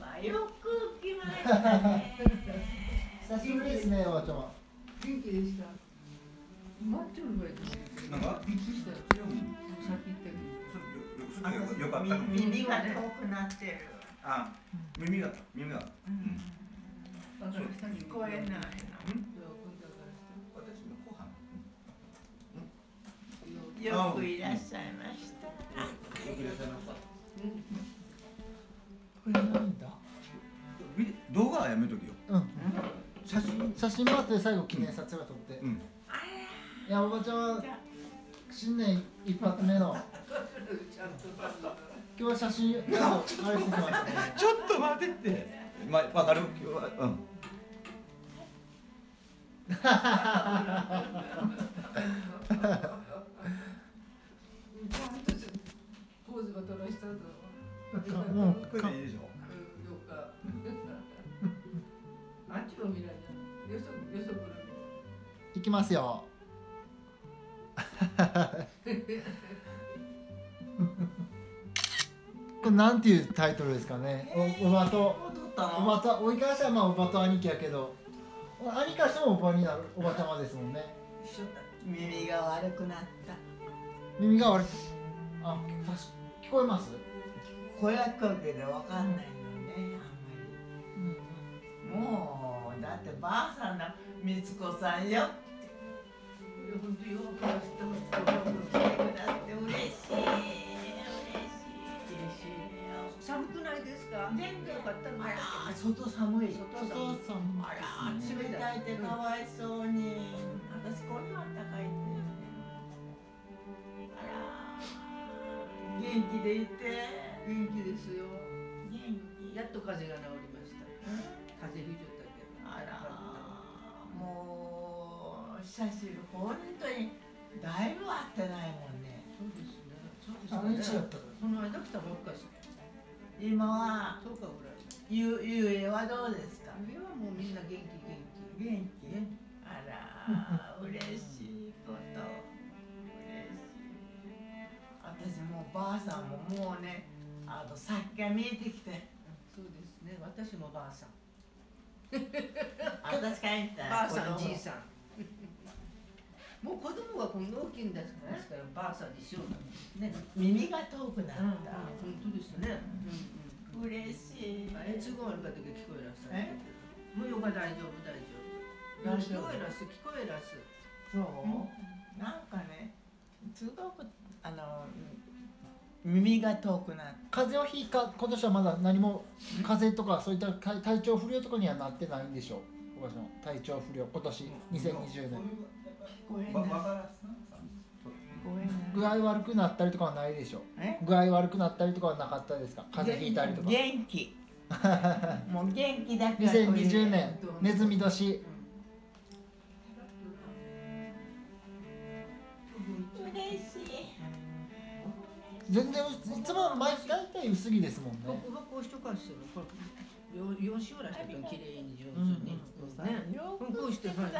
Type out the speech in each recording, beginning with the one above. あーよく来ましたね久しぶりですね、おばちゃま。元気でした。待ってるぐらいです。なんかびっくりしたよ。でもさっき言ったけそど。れよよよかったかもみ 耳が遠くなってるあ耳が耳がうんバカの下に聞こえないい。の私の後半よくいらっしゃいましたよくいらっしゃいましたこれなんだ。ビデ動画はやめとけようん。写真写真もあって最後記念撮影は撮って。うんあいや、おばちゃまらじゃあ新年一発目の。今日は写真、あの、あれしてきましたね。ちょっと待ってってまあわかる今日はうんポーズが取らしたと。もこれでいいでしょどうか。あっちの未来だ。よそよそくう、いきますよ。 これなんていうタイトルですかね。お、おばと。撮ったおばた、追い返しはまあ、おばと兄貴やけど。兄からしてもおばになる、おばちゃまですもんね。ちょっと耳が悪くなった耳が悪い。あ、確か聞こえます。声は聞こえるけどわかんないのねあんまりもうだってばあさんのみつこさんよる。本当よく知って来てくだって嬉しい嬉しい寒くないですか全然よかったあら外寒い外お父さんもあら冷たいってかわいそうに私こんなあったかいってあら元気でいて元気ですよ。元気やっと風邪が治りました。風邪ひいちゃっあたけど。らもう久しぶり本当にだいぶ会ってないもんねそうですね。そうですあね。の位置だったかこの間来たばっかし。今はそうかぐらい。ゆゆえはどうですか上はもうみんな元気元気。元気あら嬉しいこと嬉しい私もうばあさんももうねあの先が見えてきてそうですね。私もばあさん。私から言ったらばあさん、子供じいさん。 もう子供がこんな大きいんですから、ばあさんにしようなんですね。耳が遠くなっ本た、当ですね。うんうん。嬉しいあれ、都合悪かったけど聞こえらっしゃる。もうよか大丈夫大丈夫。大聞丈夫こえらっす聞こえらっす。そう、なんかねすごくあの耳が遠くなっ風邪をひいた今年はまだ何も風邪とかそういった体体調不良とかにはなってないんでしょうおばちゃま体調不良今年た聞2020年こえばないば聞からこえ具ない合悪くなったりとかはないでしょうえ具合悪くなったりとかはなかったですか風邪ひいたりとか元気もう元気だから2020年ネズミ年嬉しい全然ういつも毎大体薄着ですもんボねクボクをしとかんすよ。これよ四週ぐらいしたときれいに上手に。ね。ようんこうしてはいはい。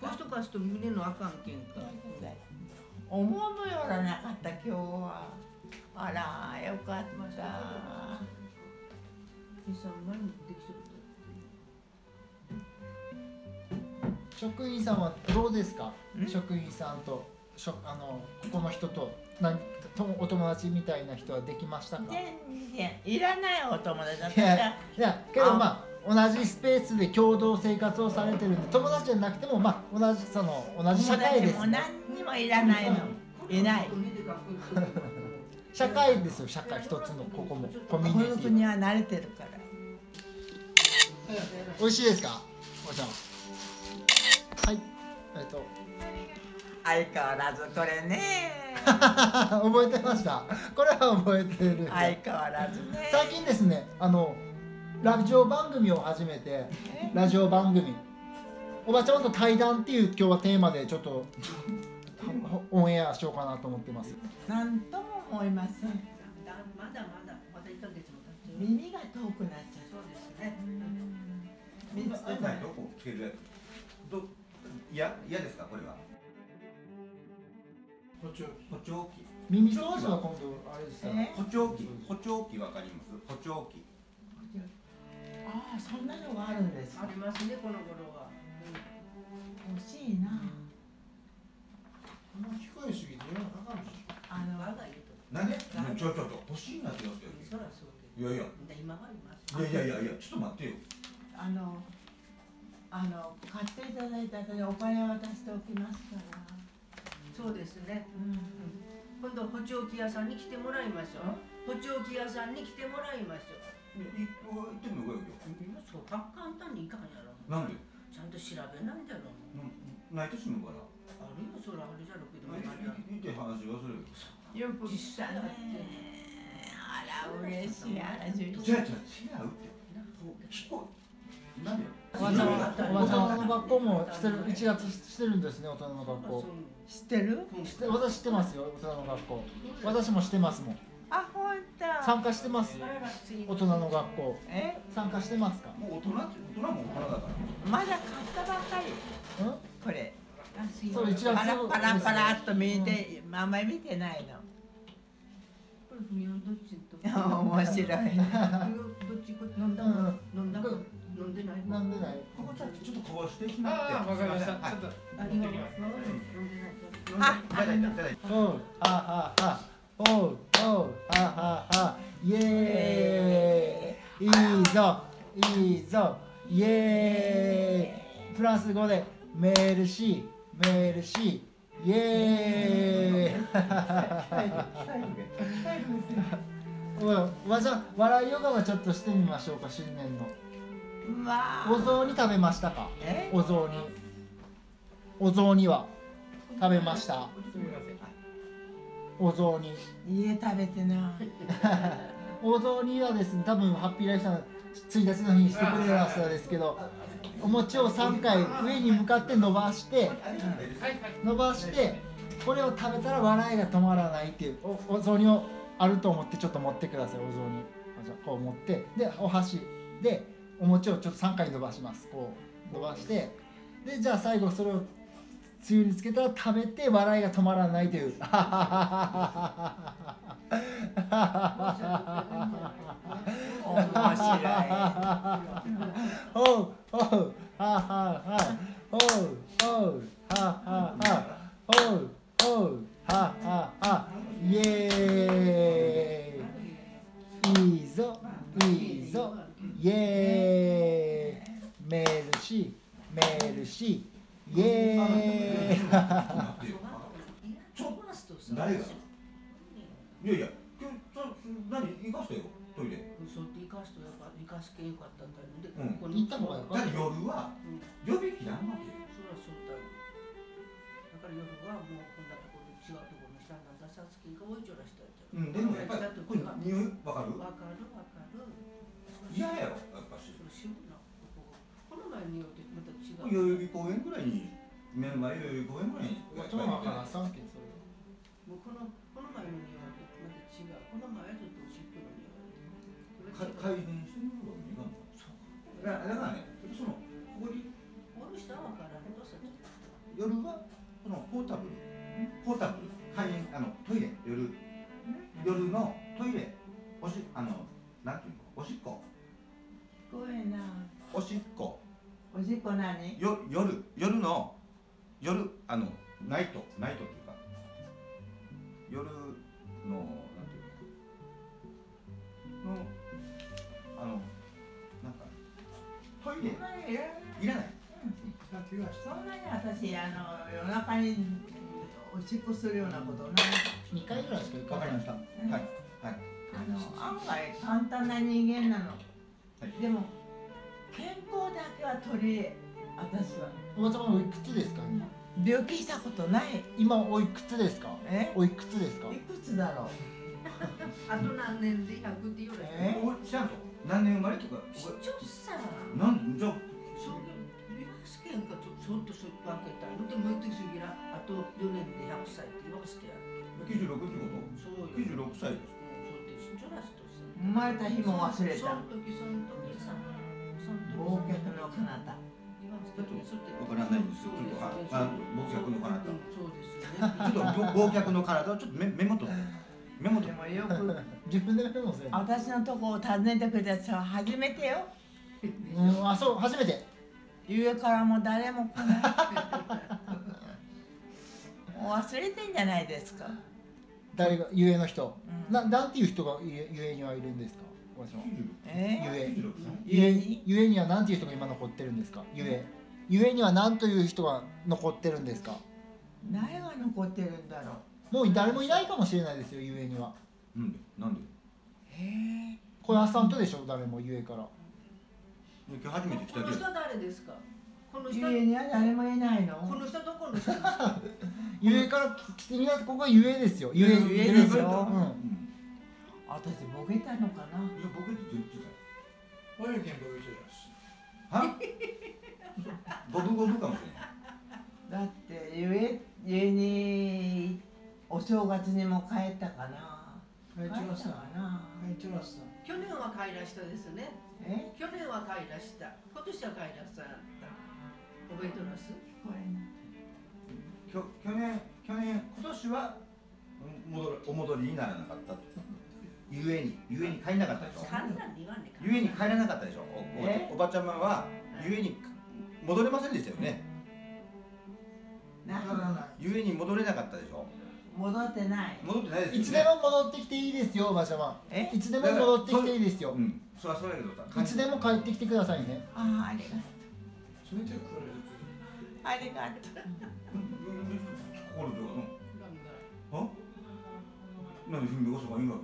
こうしとかんすと胸のあかんけんか。思うよらなかった今日はあらよかった二三万にできそうだ。職員さんはどうですかん職員さんとしょあのここの人と何とお友達みたいな人はできましたか全然いらないお友達い私やはいやけどまあ同じスペースで共同生活をされてるんで友達じゃなくてもまあ同じその同じ社会です友達も何にもいらないのいない社会ですよ社会一つのここもコミ孤ュニテ独ィには慣れてるから美味しいですかおばちゃんはいえっと相変わらずこれね 覚えてましたこれは覚えてる相変わらずね最近ですねあのラジオ番組を始めてラジオ番組おばちゃんと対談っていう今日はテーマでちょっと オンエアしようかなと思ってます何とも思いませんだまだまだまだ一ヶ月も経ってる。耳が遠くなっちゃそうですね。う見つけたどこつけるやつどいや嫌ですかこれは補聴補聴器耳掃除は今度あれですよえ補聴器補聴器わかります補聴器そんなのがあるんですあかりますねこの頃は、う欲しいなあんま機械主義で世の中かかるでしょあん、の我が家と何ねちょちょちょ欲しいなって言われそらそうけていやいやど今はいますいやいやいやいやちょっと待ってよあのあの買っていただいたからお金渡しておきますから、そうですねうん、今度補聴器屋さんに来てもらいましょう補聴器屋さんに来てもらいましょういい行ってみようよ今そうか簡単にいかんやろなんでちゃんと調べないんだろなないとしむからあるよそれあるじゃろけどないといて話はそれよよく実際だってあら嬉しいあら嬉し違いう違う違うって聞こえなんでよおばちゃんはおばちゃんの学校もしてるなんでよ一月してるんですね大人の学校知ってるして私知ってますよ大人の学校私もしてますもんあ本当参加してます大人の学校え参加してますかもう大人って大人も大人だからまだ買ったばっかりうこれんそう一パラ月パラパラっと見て、あんまり見てないの面白い どっちこ飲んだ飲んだ飲んでないなんでないここちゃんちょっとこうしてきなってああわかりましたはいちょっとあ持っりがてとうきごますざいますあいただいたいただいおうあああおうおうあああイエーイいいぞいいぞイエーイプラス5でメールシーメールシーイエーたイおいわじゃ笑いヨガはちょっとしてみましょうか新年のまあお雑煮食べましたかえお雑煮お雑煮は食べましたすみませんお雑煮家食べてないお雑煮はですね多分ハッピーライフさん1日の日にしてくれた人ですけどお餅を3回上に向かって伸ばしてはいはい伸ばしてこれを食べたら笑いが止まらないっていうおお雑煮をあると思ってちょっと持ってくださいお雑煮あじゃあこう持ってでお箸でお餅をちょっと3回伸ばしますこう伸ばしてでじゃあ最後それをつゆにつけたら食べて笑いが止まらないという面白おうおうはあはあはあおうおうはあはあはあおうおうはあはあはあイエーイいいぞいいぞイエーイメールしメールしイエーイちょっと誰がいやいや今日ちょ何行かせたよトイレそうって生かしてよかった生かしてよかったんだよで、うんここ行った方がよかっだって夜はうん予備機なんわけよそれはそうだよだから夜はもうこんなところ違うところにしたんだ出さつきが多いじゃらしたやつうんでもやっぱりだってこれ匂いわかるわかるわかる嫌やろやっぱしそれ渋いなこここの前によってまた違代う々木公園ぐらいにメンバー代々木公園ぐらいにた今日は話さんけんそれもうこのこの前の匂いとまた違うこの前はちょっとおしっこの匂いか改善してみるわけにいかんのそうだからだからねそのここにおる人はわからんどうしたちょっと夜はこのポータブルポータブル会員あのトイレ夜夜のトイレおしあのなんていうのおしっこいすごいなおしっこおしっこ何よ夜夜の夜あのナイトナイトっていうか夜のなんていうののあのなんかトイレそんなにいらないいらないなんて言わしそんなに私あの夜中におしっこするようなことない2回ぐらいしか行かわかないりましたはいはいあの案外簡単な人間なの、いでも健康だけは取り入れ私はおばちゃまおいくつですか今病気したことない今おいくつですかえおいくつですかいくつだろうあと何年で100って言うらえお知らんと何年生まれとか市長さんなんじゃあそういうリラックス券がちょちょっとそっと開けたいのでもう一過ぎらあと4年で100歳って言わせてやる96ってことそうよ九十六歳です。そうですちょらしとさ生まれた日も忘れそのた時その時さその時忘却の彼方今の時そうってわからないんですけどそうですああ忘却の彼方そうですよちょっとね忘却の体をちょっとメメモとメモとでもよく自分でメモする私のとこを訪ねてくれた人は初めてようん、あそう初めて上からも誰も来ないもう忘れてんじゃないですか誰が遊泳の人、うんななんていう人が遊遊泳にはいるんですかおばちゃんはえ遊ー、泳96歳遊遊泳泳に遊泳にはなんていう人が今残ってるんですか遊泳遊泳には何という人が残ってるんですか誰が残ってるんだろうもう誰もいないかもしれないですよ遊泳にはなんでなんでへえ小林さんとでしょ誰も遊泳から今日初めて来こたのけど人誰ですかこの人家には誰もいないのこの人どこの人ですか遊泳から来てみなさいここが遊泳ですよ遊泳遊泳でしょうんうん私ボケたのかないや僕って言ってたよおゆきんぼゆきです。は五分五分かもしれないだって家家にお正月にも帰ったかなはい、帰行きまっしたた。かは、ない行きました。去年は帰らしたですねえ去年は帰らした今年は帰らさった覚えてますこれきょ去年去年今年はうん戻るお戻りにならなかったとゆえにゆえに帰んなかったでしょ簡単に言わんねゆえに帰らなかったでしょおおばちゃえんおばちゃまはゆえに戻れませんでしたよねなわからない。ゆえに戻れなかったでしょ戻ってない戻ってないですよねいつでも戻ってきていいですよおばちゃまえいつでも戻ってきていいですようんそりゃそうやけどさいつでも帰ってきてくださいねああありがとうそれじゃ、これ。ありがとう心とかのんはなんで文子さんが言うわ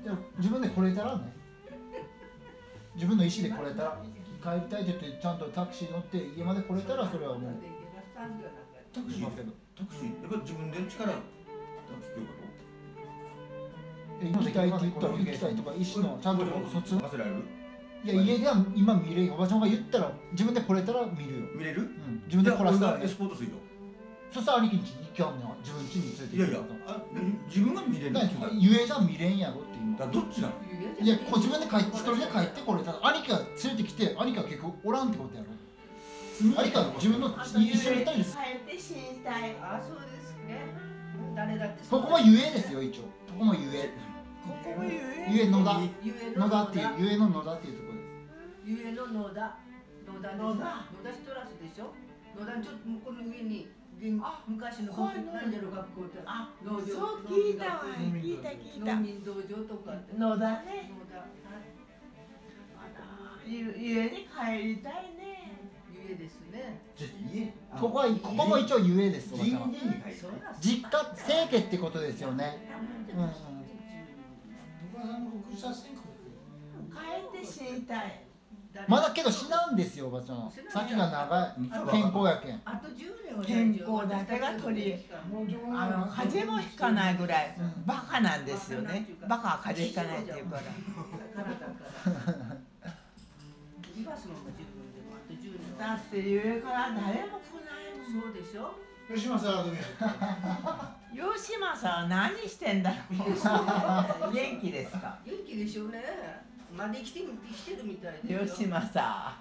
けでも自分で来れたらね自分の意思で来れたら帰りたいって言ってちゃんとタクシー乗って家まで来れたらそれはもうタクシしーますけどタクシーやっぱり自分で力をつけようかとえ行きたいって言ったら行きたいとか意思のちゃんと卒論忘れられるいや家では今見れんよおばちゃんが言ったら自分で来れたら見るよ、見れるうん、自分で来らせたらいや俺がねエスポートするよそしたら兄貴んちに行きゃんねん自分家にい連れやいてや行くあ自分が見れるだだかからゆえじゃ見れんやろって今らどっちなのいやこう自分で帰って一人で帰ってこれたら兄貴が連れてきて兄貴は結構おらんってことやろ兄貴は自分のあと一緒にいたい帰っでてす死にたいあそうですね誰だってここもゆえですよ一応ここもゆえここも言えゆえ野田ゆえの野田野っていう田ゆえの野田っていうところですゆえの野田野田です野野田田シトラスでしょ野田ちょっと向こうの上に現あ昔の怖いの何やろ学校ってあ農場そう聞いたわ聞いた聞いた農民道場とかってのだね野あ田らゆ家に帰りたいねゆえですねちょっと家ここはここも一応ゆえですおば人ちゃ間んには帰そるら実家生家ってことですよねうんうん僕はさんの国写真国。帰って死にたいまだけど死なんですよおばちゃんは先がうんそ長うだい健康やけんあと10年は健康だけが取りもうちょっとあの風邪もひかないぐらいバカなんですよねバカは風邪ひかないっていうから体からリバースも自分でもあと10年だはって上から誰も 来ないもんそうでしょ吉間さん、組。吉島さんは何してんだろ う元気ですか元気でしょうねまだ生きてる生きてるみたいで吉島さ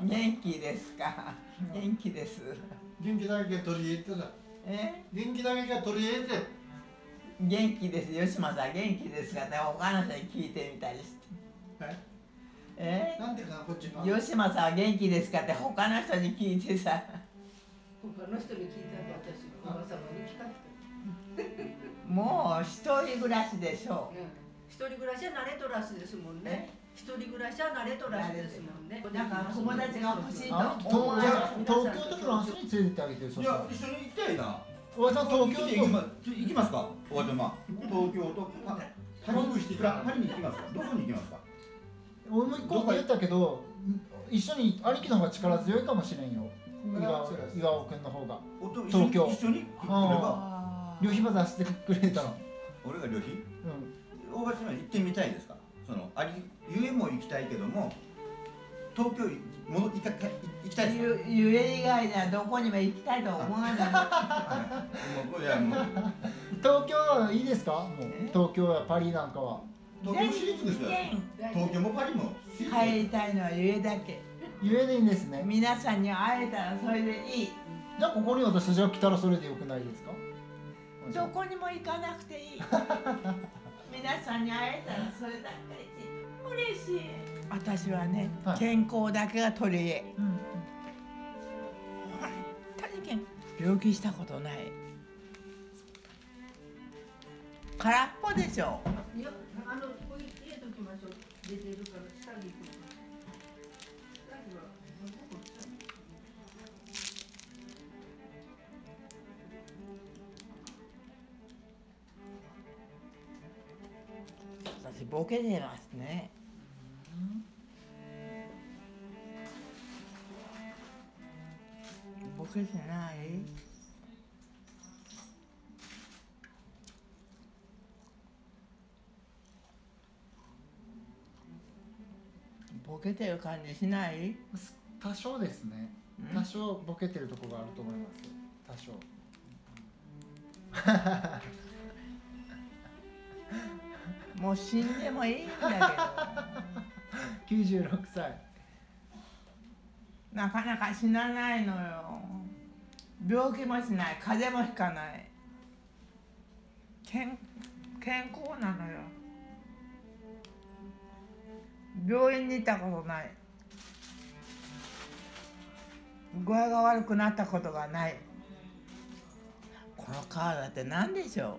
ん元気ですか元気です元気だけ取り入れてさ。え元気だけが取り入れて。元気です吉島さん元気ですかって他の人に聞いてみたりしてはい。えなんていうかな、こっちの。吉島さんは元気ですかって他の人に聞いてさ他の人に聞いたの私おば様に聞かれてもう一人暮らしでしょ一人暮らしは慣れとらすですもんね一人暮らしは慣れとらすですもんねうなんか友達が欲しいとあの思人わ東ない東京とフランスに連れてってあげてるそいしたらや一緒に行きたいなおばちゃん東京行きまちょ行きますかおばちゃま東京とパパリにパリに行きますかどこに行きますかと俺も行こうって言ったけど一緒に兄貴の方が力強いかもしれんよ岩岩尾君の方がおと東京一緒に一緒に来ればあ両膝出してくれたら俺が旅費う大橋まで行ってみたいですかそのありゆえも行きたいけども東京に戻って行か行行きたいですかゆゆえ以外にはどこにも行きたいとは思わな いはいもういやもうん東京はいいですかもうえ東京やパリなんかは東京シリーズですよ東京もパリもシリーズ帰りたいのはゆえだけゆえでいいんですね皆さんに会えたらそれでいいじゃあここに私たちが来たらそれでよくないですか どこにも行かなくていい皆さんに会えたらそれだけ嬉しい私はね、はい健康だけが取り柄うんうん大けん病気したことない空っぽでしょいや、あの、こういう入れときましょう。出てるから、下着行く。下着は、どこ下着私ボケてますねボケてないボケてる感じしない多少ですねうん多少ボケてるとこがあると思いますよもう死んでもいいんだ多少96歳けどなかなか死なないのよ病気もしない風邪もひかない健健康なのよ病院に行ったことない具合が悪くなったことがないこの顔だって何でしょ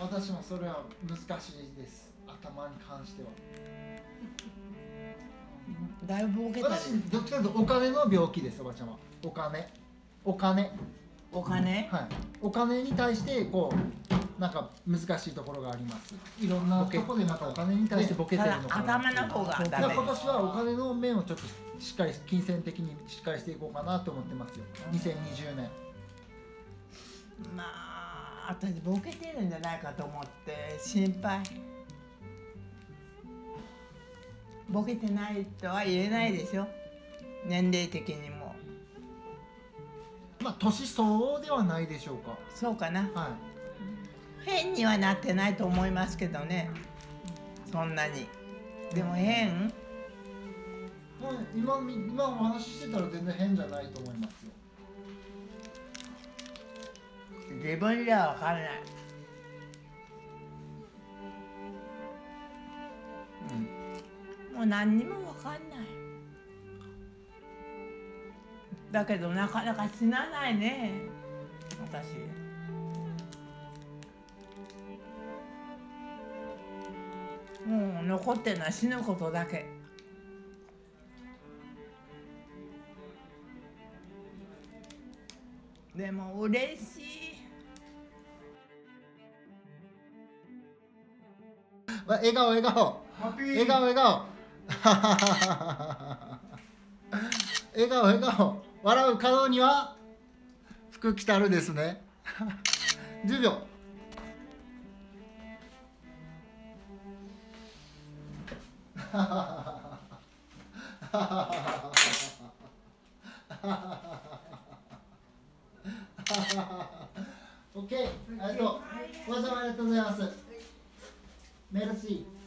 私もそれは難しいです頭に関してはうだいぶボケたり私どっちかというとお金の病気ですおばちゃんはお金お金お金はいお金に対してこうなんか難しいところがありますいろんなとこでまたお金に対してボケてたるだのかなって頭いうの方がだダメから今年はお金の面をちょっとしっかり金銭的にしっかりしていこうかなと思ってますよ2020年まあ私ボケてるんじゃないかと思って心配ボケてないとは言えないでしょ年齢的にもまあ年相応ではないでしょうかそうかなは変にはなってないと思いますけどねそんなにでも変いもう今み今お話ししてたら全然変じゃないと思いますよ自分じゃ分からないうんもう何にも分かんないだけどなかなか死なないね私もう残ってるのは死ぬことだけでも嬉しいわ笑顔笑顔ハッピー笑顔笑顔笑顔笑顔笑う顔には服着たるですね10秒オッケーありがとうおばあちゃんありがとうございますメルシー